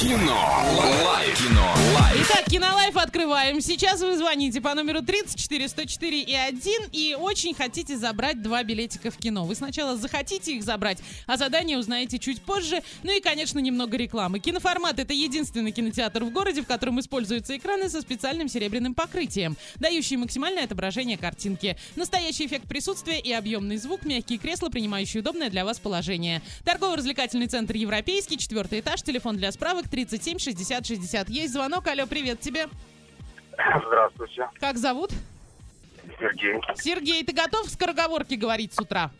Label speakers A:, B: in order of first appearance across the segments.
A: Кино. Лайф. Кино. Лайф.
B: Итак, Кинолайф открываем. Сейчас вы звоните по номеру 34 104 и 1 и очень хотите забрать два билетика в кино. Вы сначала захотите их забрать, а задание узнаете чуть позже. Ну и, конечно, немного рекламы. Киноформат — это единственный кинотеатр в городе, в котором используются экраны со специальным серебряным покрытием, дающие максимальное отображение картинки. Настоящий эффект присутствия и объемный звук, мягкие кресла, принимающие удобное для вас положение. Торгово-развлекательный центр «Европейский», четвертый этаж, телефон для справок 37 60 60. Есть звонок, алло, привет тебе.
C: Здравствуйте,
B: Как зовут?
C: Сергей.
B: Сергей, ты готов скороговорки говорить с утра?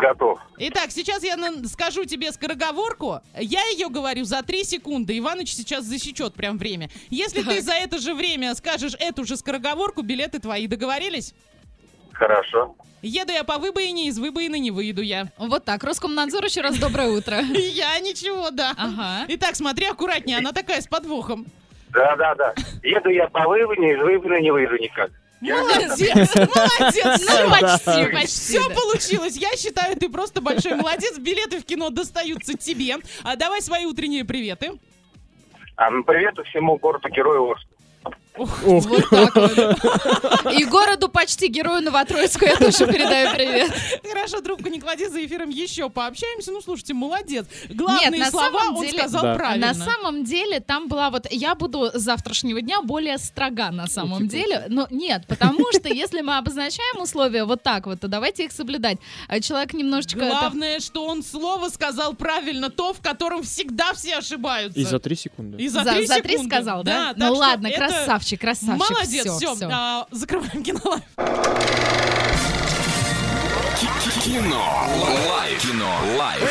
C: Готов.
B: Итак, сейчас я на- скажу тебе скороговорку. Я ее говорю за 3 секунды. Иваныч сейчас засечет прям время. Если ты
D: Так.
B: за это же время скажешь эту же скороговорку, билеты твои договорились?
C: Хорошо.
B: Еду я по выбоине, из выбоина не выеду я.
D: Вот так. Роскомнадзор еще раз доброе утро.
B: Я ничего, да.
D: Ага.
B: Итак, смотри аккуратнее, она такая с подвохом.
C: Да, да, да. Еду я по выводу, из вывода не выйду никак.
B: Молодец, молодец,
D: Ну,
B: Саша.
D: почти, почти.
B: Все
D: да.
B: получилось. Я считаю, ты просто большой молодец. Билеты в кино достаются тебе. А давай свои утренние приветы.
C: А, ну, привет всему городу Герою Орску.
D: Вот так вот. И городу почти герою Новотроицку я тоже передаю привет.
B: Хорошо, трубку не клади, за эфиром еще пообщаемся. Ну, слушайте, молодец. Главные
D: Нет, на
B: слова
D: самом
B: он
D: деле-
B: сказал
E: Да.
B: правильно.
D: А На самом деле там была вот... Я буду с завтрашнего дня более строга на самом деле. Но нет, потому что если мы обозначаем условия вот так вот, то давайте их соблюдать. А Человек немножечко... это-
B: Главное, что он слово сказал правильно, то, в котором всегда все ошибаются.
E: И за три секунды.
B: И за,
D: за,
B: три
D: за три
B: секунды.
D: сказал, да?
B: так
D: ну
B: что
D: ладно,
B: это-
D: красавчик, красавчик.
B: Молодец, все.
D: всё, всё.
B: закрываем кинолайф.
A: Кино. Лайф. Кино. Лайф.